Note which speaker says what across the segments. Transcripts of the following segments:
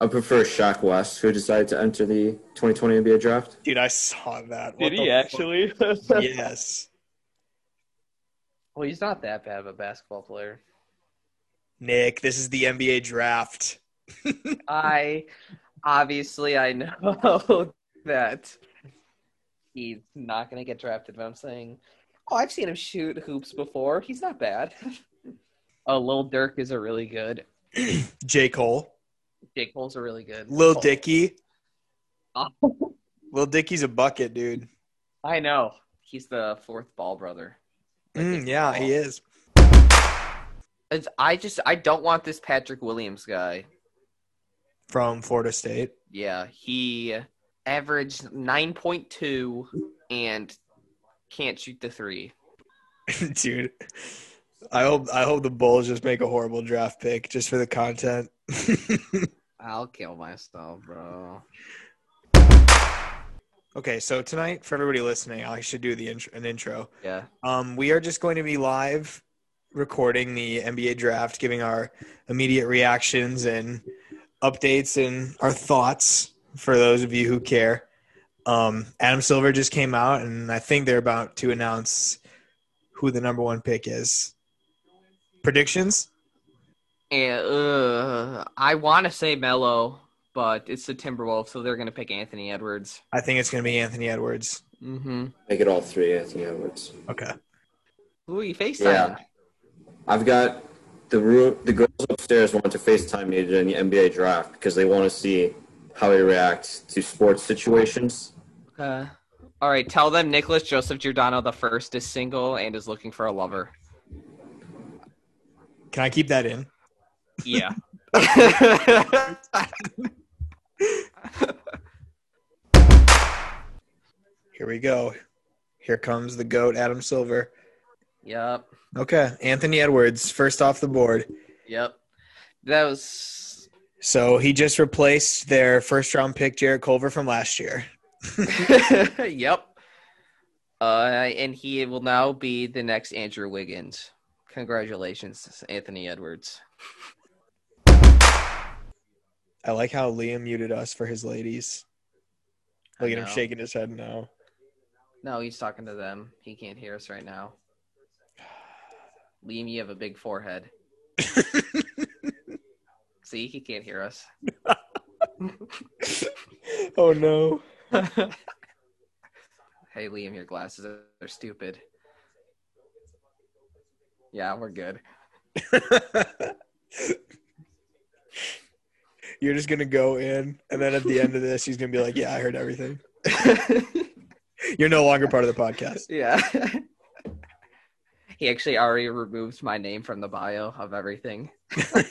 Speaker 1: hoping for a shock West who decided to enter the 2020 NBA draft.
Speaker 2: Dude, I saw that. What
Speaker 3: Did he
Speaker 2: the fuck?
Speaker 3: actually?
Speaker 2: Yes.
Speaker 4: Well, he's not that bad of a basketball player.
Speaker 2: Nick, this is the NBA draft.
Speaker 4: I obviously I know that he's not going to get drafted, but I'm saying, oh, I've seen him shoot hoops before. He's not bad. oh, Lil Dirk is a really good.
Speaker 2: J. Cole.
Speaker 4: Jake Cole's a really good.
Speaker 2: Lil
Speaker 4: Oh,
Speaker 2: Dicky.
Speaker 4: Oh.
Speaker 2: Lil Dicky's a bucket, dude.
Speaker 4: I know. He's the fourth ball brother.
Speaker 2: Mm, yeah, he is.
Speaker 4: It's, I just I don't want this Patrick Williams guy.
Speaker 2: From Florida State.
Speaker 4: Yeah, he averaged nine point two and can't shoot the three.
Speaker 2: Dude, I hope I hope the Bulls just make a horrible draft pick just for the content.
Speaker 4: I'll kill myself, bro.
Speaker 2: okay, so tonight for everybody listening, I should do the intro, an intro.
Speaker 4: Yeah.
Speaker 2: Um, we are just going to be live recording the NBA draft, giving our immediate reactions and updates and our thoughts for those of you who care. Um, Adam Silver just came out, and I think they're about to announce who the number one pick is. Predictions?
Speaker 4: And uh, I want to say Mello, but it's the Timberwolves, so they're going to pick Anthony Edwards.
Speaker 2: I think it's going to be Anthony Edwards.
Speaker 4: Mm-hmm.
Speaker 1: Make it all three, Anthony Edwards.
Speaker 2: Okay.
Speaker 4: Who are you FaceTime?
Speaker 1: Yeah. I've got the room. The girls upstairs want to Facetime me during the NBA draft because they want to see how he reacts to sports situations.
Speaker 4: Uh, all right, tell them Nicholas Joseph Giordano the first is single and is looking for a lover.
Speaker 2: Can I keep that in?
Speaker 4: Yeah.
Speaker 2: Here we go. Here comes the GOAT, Adam Silver.
Speaker 4: yep.
Speaker 2: Okay. Anthony Edwards, first off the board.
Speaker 4: Yep. That was.
Speaker 2: So he just replaced their first round pick, Jarrett Culver, from last year.
Speaker 4: yep. Uh, and he will now be the next Andrew Wiggins. Congratulations, Anthony Edwards.
Speaker 2: I like how Liam muted us for his ladies. Look
Speaker 4: I
Speaker 2: at him
Speaker 4: know.
Speaker 2: shaking his head now.
Speaker 4: No, he's talking to them. He can't hear us right now. Liam, you have a big forehead. See, he can't hear us.
Speaker 2: Oh, no.
Speaker 4: Hey, Liam, your glasses are are stupid. Yeah, we're good.
Speaker 2: You're just going to go in, and then at the end of this, he's going to be like, Yeah, I heard everything. You're no longer part of the podcast.
Speaker 4: yeah. he actually already removed my name from the bio of everything.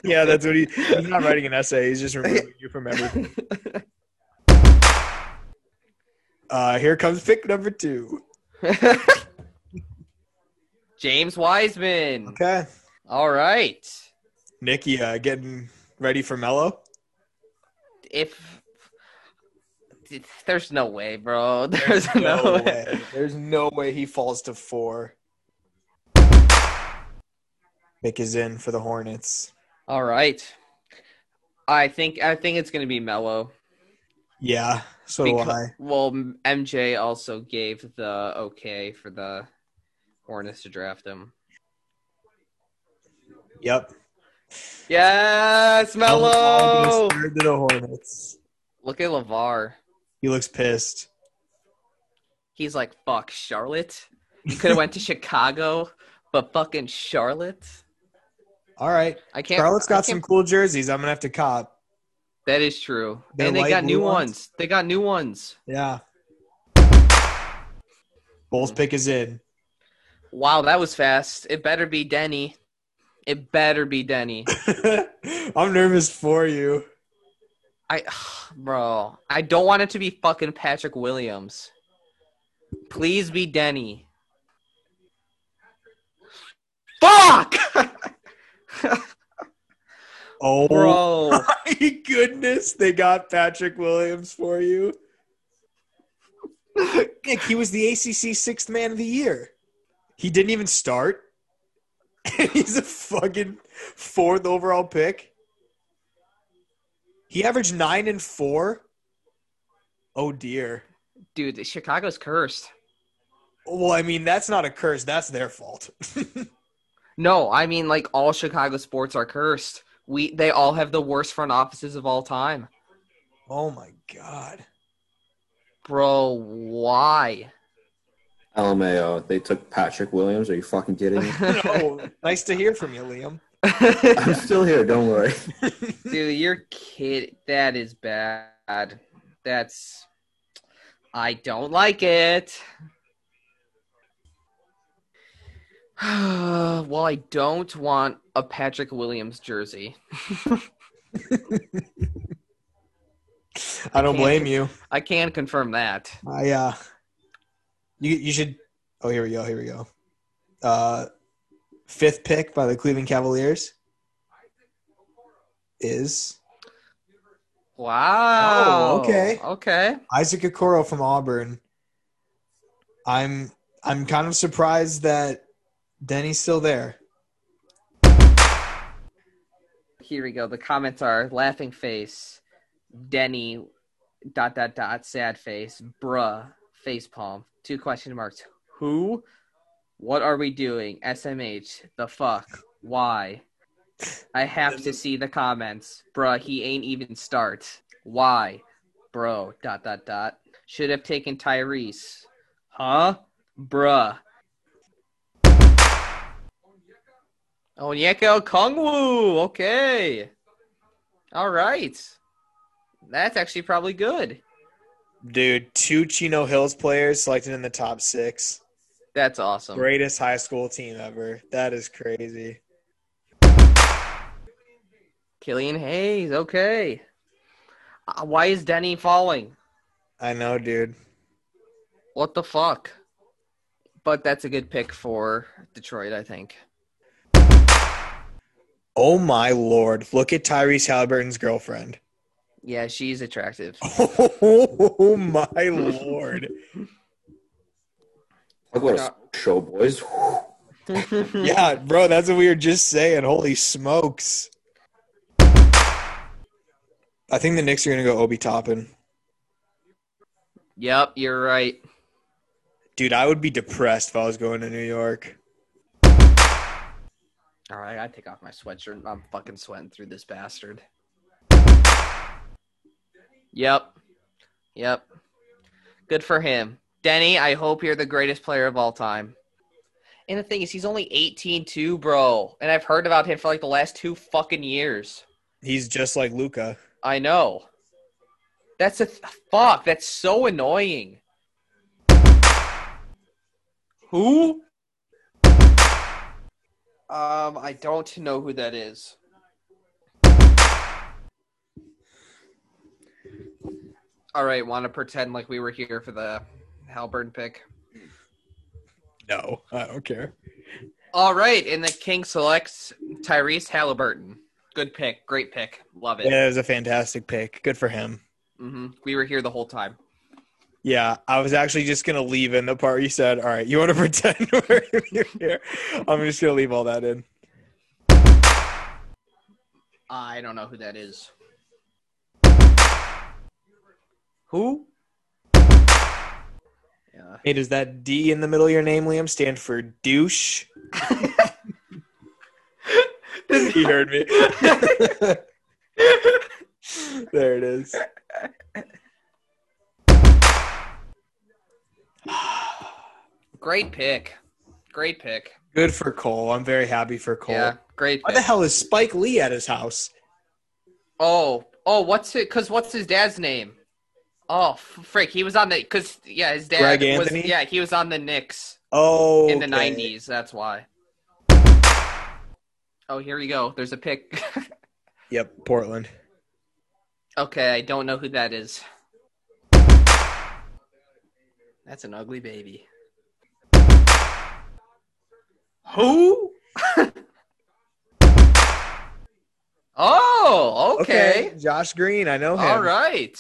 Speaker 2: Yeah, that's what he. He's not writing an essay. He's just removing you from everything. Uh, here comes pick number two.
Speaker 4: James Wiseman.
Speaker 2: Okay.
Speaker 4: All right.
Speaker 2: Nikki, uh, getting ready for Mello.
Speaker 4: If there's no way, bro. There's, no, way.
Speaker 2: There's no way he falls to four. Pick is in for the Hornets.
Speaker 4: All right. I think I think it's gonna be Mello.
Speaker 2: Yeah, so do I.
Speaker 4: well, M- MJ also gave the okay for the Hornets to draft him.
Speaker 2: Yep.
Speaker 4: Yes,
Speaker 2: Mello
Speaker 4: Mello.
Speaker 2: goes third to the Hornets.
Speaker 4: Look at Lavar.
Speaker 2: He looks pissed.
Speaker 4: He's like, fuck Charlotte. You could have went to Chicago, but fucking Charlotte.
Speaker 2: All right.
Speaker 4: I can't.
Speaker 2: Charlotte's
Speaker 4: I
Speaker 2: got
Speaker 4: can't-
Speaker 2: some cool jerseys. I'm gonna have to cop.
Speaker 4: That is true.
Speaker 2: They're
Speaker 4: and they
Speaker 2: light
Speaker 4: got new
Speaker 2: blue
Speaker 4: ones.
Speaker 2: ones?
Speaker 4: They got new ones.
Speaker 2: Yeah. Bulls pick is in.
Speaker 4: Wow, that was fast. It better be Denny. It better be Denny.
Speaker 2: I'm nervous for you.
Speaker 4: I, bro, I don't want it to be fucking Patrick Williams. Please be Denny. Fuck,
Speaker 2: Oh
Speaker 4: bro.
Speaker 2: my goodness, they got Patrick Williams for you. Nick, he was the ACC sixth man of the year. He didn't even start. And he's a fucking fourth overall pick. He averaged nine and four. Oh dear.
Speaker 4: Dude, Chicago's cursed.
Speaker 2: Well, I mean, that's not a curse. That's their fault.
Speaker 4: No, I mean like all Chicago sports are cursed. We they all have the worst front offices of all time.
Speaker 2: oh my god.
Speaker 4: Bro, why?
Speaker 1: LMAO. They took Patrick Williams. Are you fucking kidding me?
Speaker 2: No. nice to hear from you, Liam.
Speaker 1: I'm still here. Don't worry.
Speaker 4: Dude, you're kid. That is bad. That's. I don't like it. well, I don't want a Patrick Williams jersey.
Speaker 2: I don't blame you.
Speaker 4: I can confirm that.
Speaker 2: I uh you you should oh here we go, here we go. Uh fifth pick by the Cleveland Cavaliers is
Speaker 4: Wow.
Speaker 2: Oh, okay.
Speaker 4: Okay.
Speaker 2: Isaac Okoro from Auburn. I'm I'm kind of surprised that Denny's still there.
Speaker 4: Here we go. The comments are laughing face, Denny, dot dot dot, sad face, bruh, face palm, two question marks. Who? What are we doing? SMH. The fuck? Why? I have to see the comments. Bruh, he ain't even start. Why? Bro, dot dot dot. Should have taken Tyrese. Huh? Bruh. Onyeka Okongwu. Okay. All right. That's actually probably good.
Speaker 2: Dude, two Chino Hills players selected in the top six.
Speaker 4: That's awesome.
Speaker 2: Greatest high school team ever. That is crazy.
Speaker 4: Killian Hayes. Okay. Uh, why is Denny falling?
Speaker 2: I know, dude.
Speaker 4: What the fuck? But that's a good pick for Detroit, I think.
Speaker 2: Oh my lord. Look at Tyrese Halliburton's girlfriend.
Speaker 4: Yeah, she's attractive.
Speaker 2: Oh my lord.
Speaker 1: Talk about a show, boys.
Speaker 2: Yeah, bro, that's what we were just saying. Holy smokes. I think the Knicks are gonna go Obi Toppin.
Speaker 4: Yep, you're right.
Speaker 2: Dude, I would be depressed if I was going to New York.
Speaker 4: All right, I gotta take off my sweatshirt. I'm fucking sweating through this bastard. Yep. Yep. Good for him. Denny, I hope you're the greatest player of all time. And the thing is, he's only 18 too, bro. And I've heard about him for like the last two fucking years.
Speaker 2: He's just like Luca.
Speaker 4: I know. That's a th- fuck. That's so annoying. Who? Um, I don't know who that is. All right, want to pretend like we were here for the Halburn pick?
Speaker 2: No, I don't care.
Speaker 4: All right, and the King selects Tyrese Halliburton. Good pick, great pick, love it.
Speaker 2: Yeah, it was a fantastic pick. Good for him.
Speaker 4: hmm We were here the whole time.
Speaker 2: Yeah, I was actually just gonna leave in the part where you said, "All right, you want to pretend we're here." I'm just gonna leave all that in.
Speaker 4: I don't know who that is. Who? Yeah.
Speaker 2: Hey, does that D in the middle of your name, Liam, stand for douche? he heard me. there it is.
Speaker 4: Great pick. Great pick.
Speaker 2: Good for Cole. I'm very happy for Cole.
Speaker 4: Yeah, great
Speaker 2: Why the
Speaker 4: pick.
Speaker 2: hell is Spike Lee at his house?
Speaker 4: Oh, oh, what's it? Because what's his dad's name? Oh, f- frick. He was on the. Because, yeah, his dad.
Speaker 2: Greg
Speaker 4: was,
Speaker 2: Anthony?
Speaker 4: Yeah, he was on the Knicks
Speaker 2: Oh,
Speaker 4: in the
Speaker 2: okay.
Speaker 4: 90s. That's why. Oh, here we go. There's a pick.
Speaker 2: Yep, Portland.
Speaker 4: okay, I don't know who that is. That's an ugly baby.
Speaker 2: Who?
Speaker 4: Oh, okay.
Speaker 2: Josh Green. I know him.
Speaker 4: All right.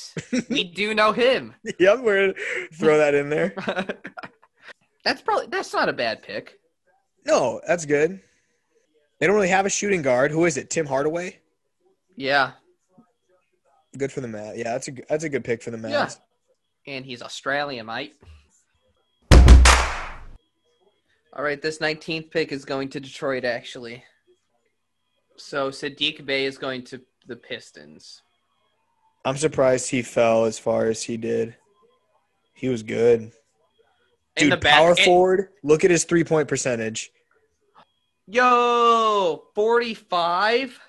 Speaker 4: we do know him.
Speaker 2: Yep, we're throw that in there.
Speaker 4: that's probably that's not a bad pick.
Speaker 2: No, that's good. They don't really have a shooting guard. Who is it? Tim Hardaway?
Speaker 4: Yeah.
Speaker 2: Good for the Mad. Yeah, that's a g- that's a good pick for the Mad.
Speaker 4: Yeah. And he's Australian, mate. All right, this 19th pick is going to Detroit, actually. So Sadiq Bay is going to the Pistons.
Speaker 2: I'm surprised he fell as far as he did. He was good.
Speaker 4: In
Speaker 2: Dude,
Speaker 4: the back-
Speaker 2: power
Speaker 4: and-
Speaker 2: forward. Look at his three point percentage
Speaker 4: Yo, 45?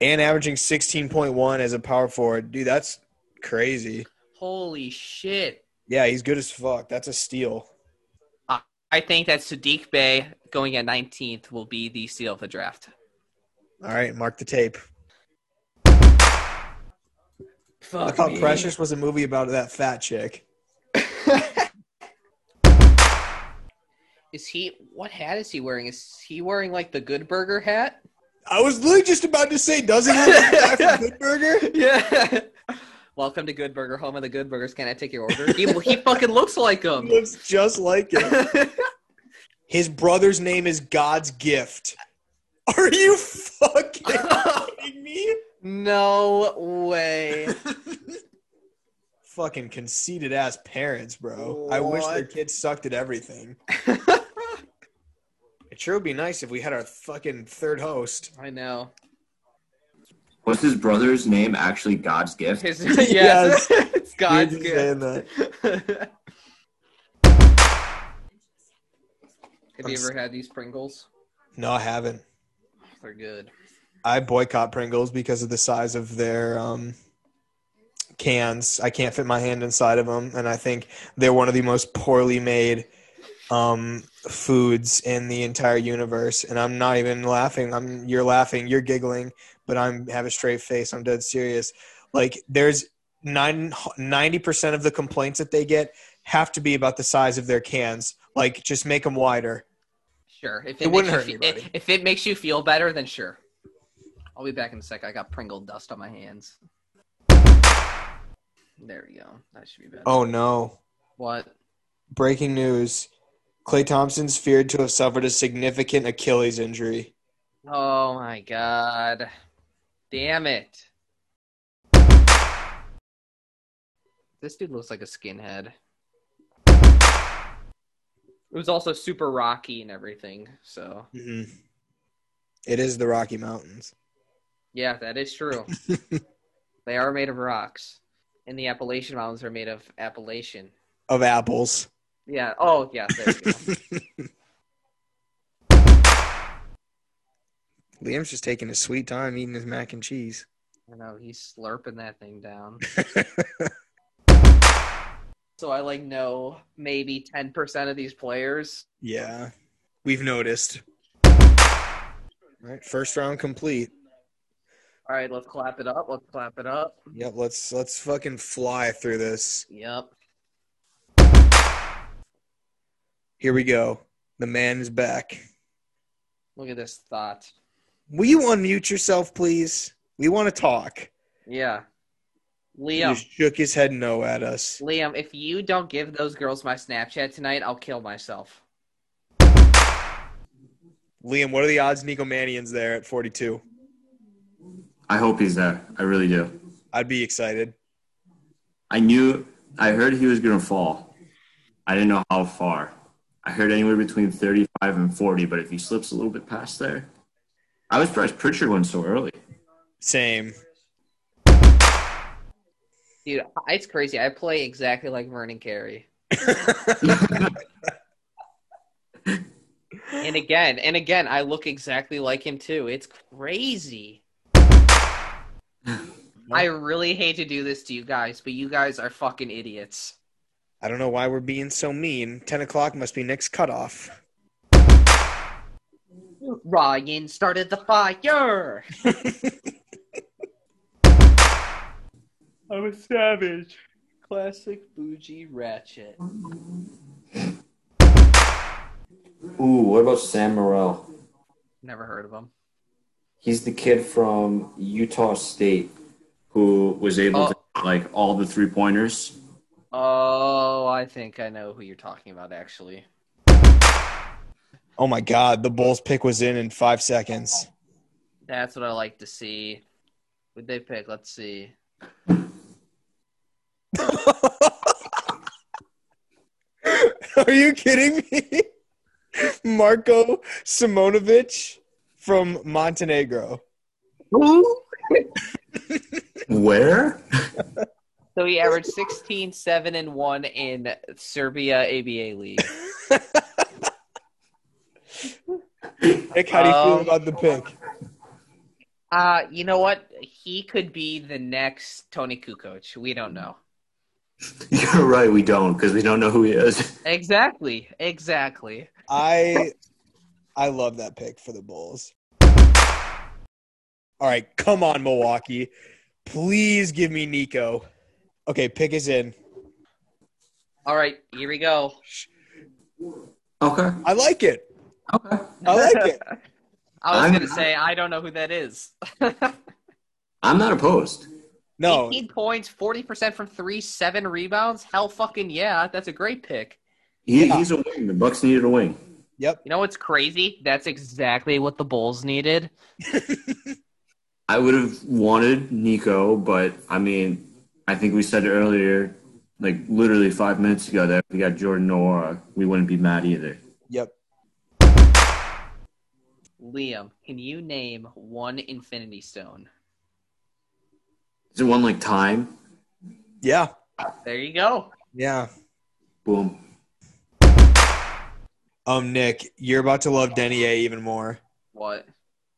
Speaker 2: and averaging 16.1 as a power forward. Dude, that's crazy.
Speaker 4: Holy shit.
Speaker 2: Yeah, he's good as fuck. That's a steal.
Speaker 4: I think that Sadiq Bay going at 19th will be the seal of the draft.
Speaker 2: All right, mark the tape. I
Speaker 4: Fuck
Speaker 2: thought
Speaker 4: me.
Speaker 2: Precious was a movie about that fat chick.
Speaker 4: Is he what hat is he wearing? Is he wearing like the Good Burger hat?
Speaker 2: I was literally just about to say, does it have that guy from Good Burger?
Speaker 4: Yeah. Welcome to Good Burger, home of the Good Burgers. Can I take your order? He, he fucking looks like
Speaker 2: He
Speaker 4: him.
Speaker 2: looks just like it. His brother's name is God's gift. Are you fucking kidding me?
Speaker 4: no way.
Speaker 2: Fucking conceited ass parents, bro. I wish their
Speaker 4: What?
Speaker 2: kids sucked at everything. It sure would be nice if we had our fucking third host.
Speaker 4: I know.
Speaker 1: What's his brother's name actually God's gift?
Speaker 4: His, yes. it's God's
Speaker 2: You're just saying
Speaker 4: gift.
Speaker 2: that.
Speaker 4: Have
Speaker 2: I'm
Speaker 4: you
Speaker 2: s-
Speaker 4: ever had these Pringles?
Speaker 2: No, I haven't.
Speaker 4: They're good.
Speaker 2: I boycott Pringles because of the size of their um, cans. I can't fit my hand inside of them, and I think they're one of the most poorly made um, foods in the entire universe. And I'm not even laughing. I'm you're laughing, you're giggling, but I'm have a straight face. I'm dead serious. Like there's nine, 90% of the complaints that they get have to be about the size of their cans. Like just make them wider.
Speaker 4: Sure. If
Speaker 2: It
Speaker 4: it,
Speaker 2: wouldn't
Speaker 4: makes
Speaker 2: hurt
Speaker 4: you fe-
Speaker 2: anybody.
Speaker 4: If, if it makes you feel better, then sure. I'll be back in a sec. I got Pringle dust on my hands. There we go. That should be better.
Speaker 2: Oh no.
Speaker 4: What?
Speaker 2: breaking news clay thompson's feared to have suffered a significant achilles injury
Speaker 4: Oh my god. Damn it. This dude looks like a skinhead. It was also super rocky and everything, so
Speaker 2: Mm-hmm. It is the rocky mountains
Speaker 4: yeah, that is true. they are made of rocks. And the Appalachian Mountains are made of Appalachian.
Speaker 2: of apples
Speaker 4: Yeah. Oh, yeah. There we go.
Speaker 2: liam's just taking his sweet time eating his mac and cheese
Speaker 4: I know he's slurping that thing down. so I like know maybe ten percent of these players.
Speaker 2: yeah we've noticed all right first round complete
Speaker 4: All right, let's clap it up. Let's clap it up.
Speaker 2: yep let's let's fucking fly through this
Speaker 4: Yep.
Speaker 2: here we go the man is back
Speaker 4: Look at this thought.
Speaker 2: will you unmute yourself please we want to talk
Speaker 4: Yeah.
Speaker 2: He
Speaker 4: Liam,
Speaker 2: just shook his head no at us.
Speaker 4: Liam, if you don't give those girls my Snapchat tonight, I'll kill myself.
Speaker 2: Liam, what are the odds Nico Mannion's there at 42?
Speaker 1: I hope he's there. I really do.
Speaker 2: I'd be excited.
Speaker 1: I knew I heard he was gonna fall. I didn't know how far. I heard anywhere between thirty-five and forty, but if he slips a little bit past there, I was surprised Pritchard went so early.
Speaker 2: Same.
Speaker 4: Dude, it's crazy. I play exactly like Vernon Carey. And again, and again, I look exactly like him too. It's crazy. I really hate to do this to you guys, but you guys are fucking idiots.
Speaker 2: I don't know why we're being so mean. 10 o'clock must be next cutoff.
Speaker 4: Ryan started the fire. I'm a savage. Classic bougie ratchet.
Speaker 1: Ooh, what about Sam Morrell?
Speaker 4: Never heard of him.
Speaker 1: He's the kid from Utah State who was able to like all the three pointers.
Speaker 4: Oh, I think I know who you're talking about actually.
Speaker 2: Oh my God, the Bulls pick was in in five seconds.
Speaker 4: That's what I like to see. Would they pick? Let's see.
Speaker 2: Are you kidding me? Marco Simonovic from Montenegro.
Speaker 1: Where?
Speaker 4: So he averaged 16, 7, and 1 in Serbia ABA League.
Speaker 2: Nick, how do you feel
Speaker 4: Um,
Speaker 2: about the pick?
Speaker 4: Uh, you know what? He could be the next Tony Kukoc. We don't know.
Speaker 1: You're right. We don't because we don't know who he is.
Speaker 4: Exactly. Exactly.
Speaker 2: I I love that pick for the Bulls. All right, come on, Milwaukee. Please give me Nico. Okay, pick is in.
Speaker 4: All right, here we go.
Speaker 1: Okay.
Speaker 2: I like it.
Speaker 1: Okay.
Speaker 2: I like it.
Speaker 4: I was
Speaker 1: I'm-
Speaker 4: going to say, I don't know who that is.
Speaker 1: I'm not opposed.
Speaker 2: No,
Speaker 4: 18 points, 40% from three, seven rebounds. Hell fucking yeah. That's a great pick.
Speaker 1: He,
Speaker 2: Yeah.
Speaker 1: He's a wing. The Bucks needed a wing.
Speaker 2: yep.
Speaker 4: You know what's crazy? That's exactly what the Bulls needed.
Speaker 1: I would have wanted Nico, but I mean, I think we said earlier, like literally five minutes ago, that if we got Jordan Noir, we wouldn't be mad either.
Speaker 2: Yep.
Speaker 4: Liam, can you name one Infinity Stone?
Speaker 1: Is it one like time?
Speaker 2: Yeah.
Speaker 4: There you go.
Speaker 2: Yeah.
Speaker 1: Boom.
Speaker 2: Um, Nick, you're about to love Denier even more.
Speaker 4: What?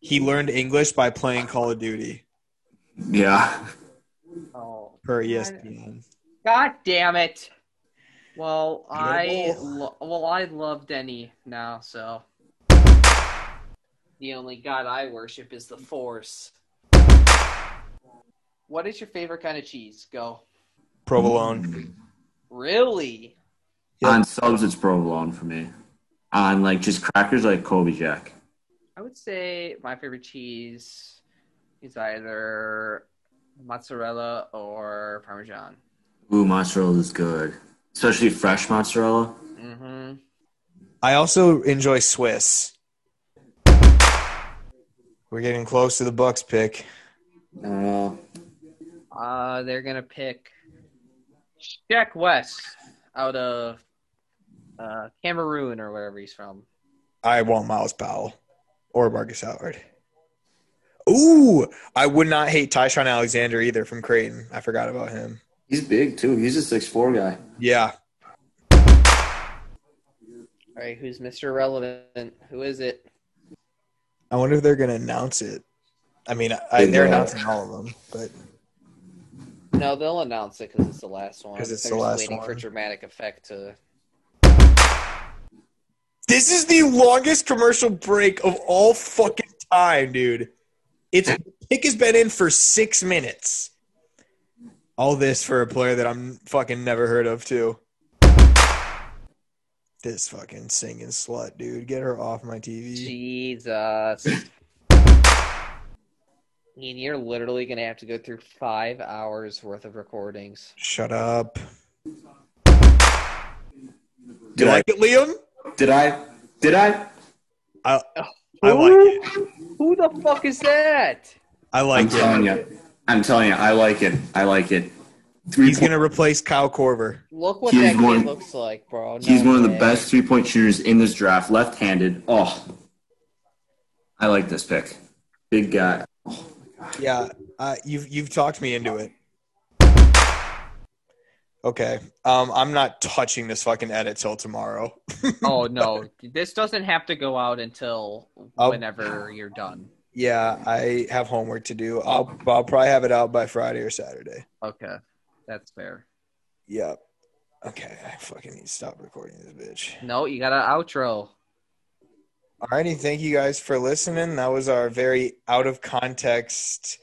Speaker 2: He learned English by playing Call of Duty
Speaker 1: Yeah.
Speaker 4: Oh,
Speaker 2: per E ESPN.
Speaker 4: God damn it! Well, I
Speaker 2: Beautiful.
Speaker 4: lo- well I love Denny now, so the only god I worship is the Force. What is your favorite kind of cheese? Go.
Speaker 2: Provolone.
Speaker 4: Really?
Speaker 2: Yep.
Speaker 1: On subs, it's provolone for me. On like just crackers, like Kobe Jack.
Speaker 4: I would say my favorite cheese is either mozzarella or parmesan.
Speaker 1: Ooh, mozzarella is good, especially fresh mozzarella.
Speaker 4: Mm-hmm.
Speaker 2: I also enjoy Swiss. We're getting close to the Bucks pick.
Speaker 1: Uh,
Speaker 4: Uh, they're gonna pick Jack West out of uh, Cameroon or wherever he's from.
Speaker 2: I want Miles Powell or Marcus Howard. Ooh, I would not hate Tyshawn Alexander either from Creighton. I forgot about him.
Speaker 1: he's big too. He's a six four guy.
Speaker 2: Yeah.
Speaker 4: All right, who's Mr. Relevant? Who is it?
Speaker 2: I wonder if they're going to announce it. I mean, I, I, they're
Speaker 1: Yeah.
Speaker 2: announcing all of them, but
Speaker 4: No, they'll announce it because it's the last one.
Speaker 2: 'Cause it's
Speaker 4: They're
Speaker 2: the
Speaker 4: just
Speaker 2: last
Speaker 4: waiting for
Speaker 2: one.
Speaker 4: dramatic effect to.
Speaker 2: this is the longest commercial break of all fucking time, dude. It's pick has been in for six minutes. All this for a player that I'm fucking never heard of too. This fucking singing slut, dude. Get her off my TV.
Speaker 4: Jesus. Ian, you're literally gonna have to go through five hours worth of recordings.
Speaker 2: Shut up. Do
Speaker 1: Did
Speaker 2: you
Speaker 1: I?
Speaker 2: like it, Liam?
Speaker 1: Did I? Did I?
Speaker 2: I, I like it.
Speaker 4: Who the fuck is that?
Speaker 2: I
Speaker 1: I'm
Speaker 2: like it.
Speaker 1: telling you. I'm telling you. I like it. I like it. Three. He's,
Speaker 2: He's
Speaker 1: point,
Speaker 2: gonna replace Kyle Corver.
Speaker 4: Look what
Speaker 1: He's
Speaker 4: that
Speaker 1: one-
Speaker 4: kid looks like, bro.
Speaker 1: he's
Speaker 4: Oh, No
Speaker 1: one of the
Speaker 4: way.
Speaker 1: best three point shooters in this draft, left handed. Oh, I like this pick. Big guy.
Speaker 2: Yeah, uh, you've you've talked me into it. Okay, um, I'm not touching this fucking edit till tomorrow.
Speaker 4: Oh no, this doesn't have to go out until
Speaker 2: Oh.
Speaker 4: whenever you're done.
Speaker 2: Yeah, I have homework to do. I'll I'll probably have it out by Friday or Saturday.
Speaker 4: Okay, that's fair.
Speaker 2: Yep. Okay, I fucking need to stop recording this bitch.
Speaker 4: No, you got an outro.
Speaker 2: Alrighty, thank you guys for listening. That was our very out of context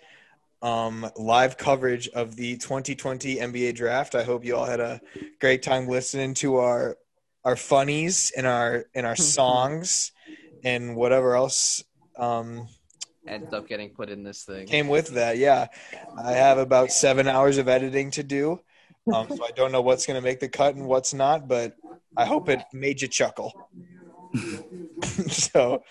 Speaker 2: um, live coverage of the 2020 NBA draft. I hope you all had a great time listening to our our funnies and our and our songs and whatever else um,
Speaker 4: Ends up getting put in this thing.
Speaker 2: came with that. Yeah, I have about seven hours of editing to do, um, so I don't know what's going to make the cut and what's not, but I hope it made you chuckle. so,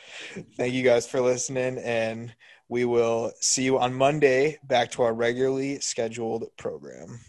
Speaker 2: thank you guys for listening, and we will see you on Monday back to our regularly scheduled program.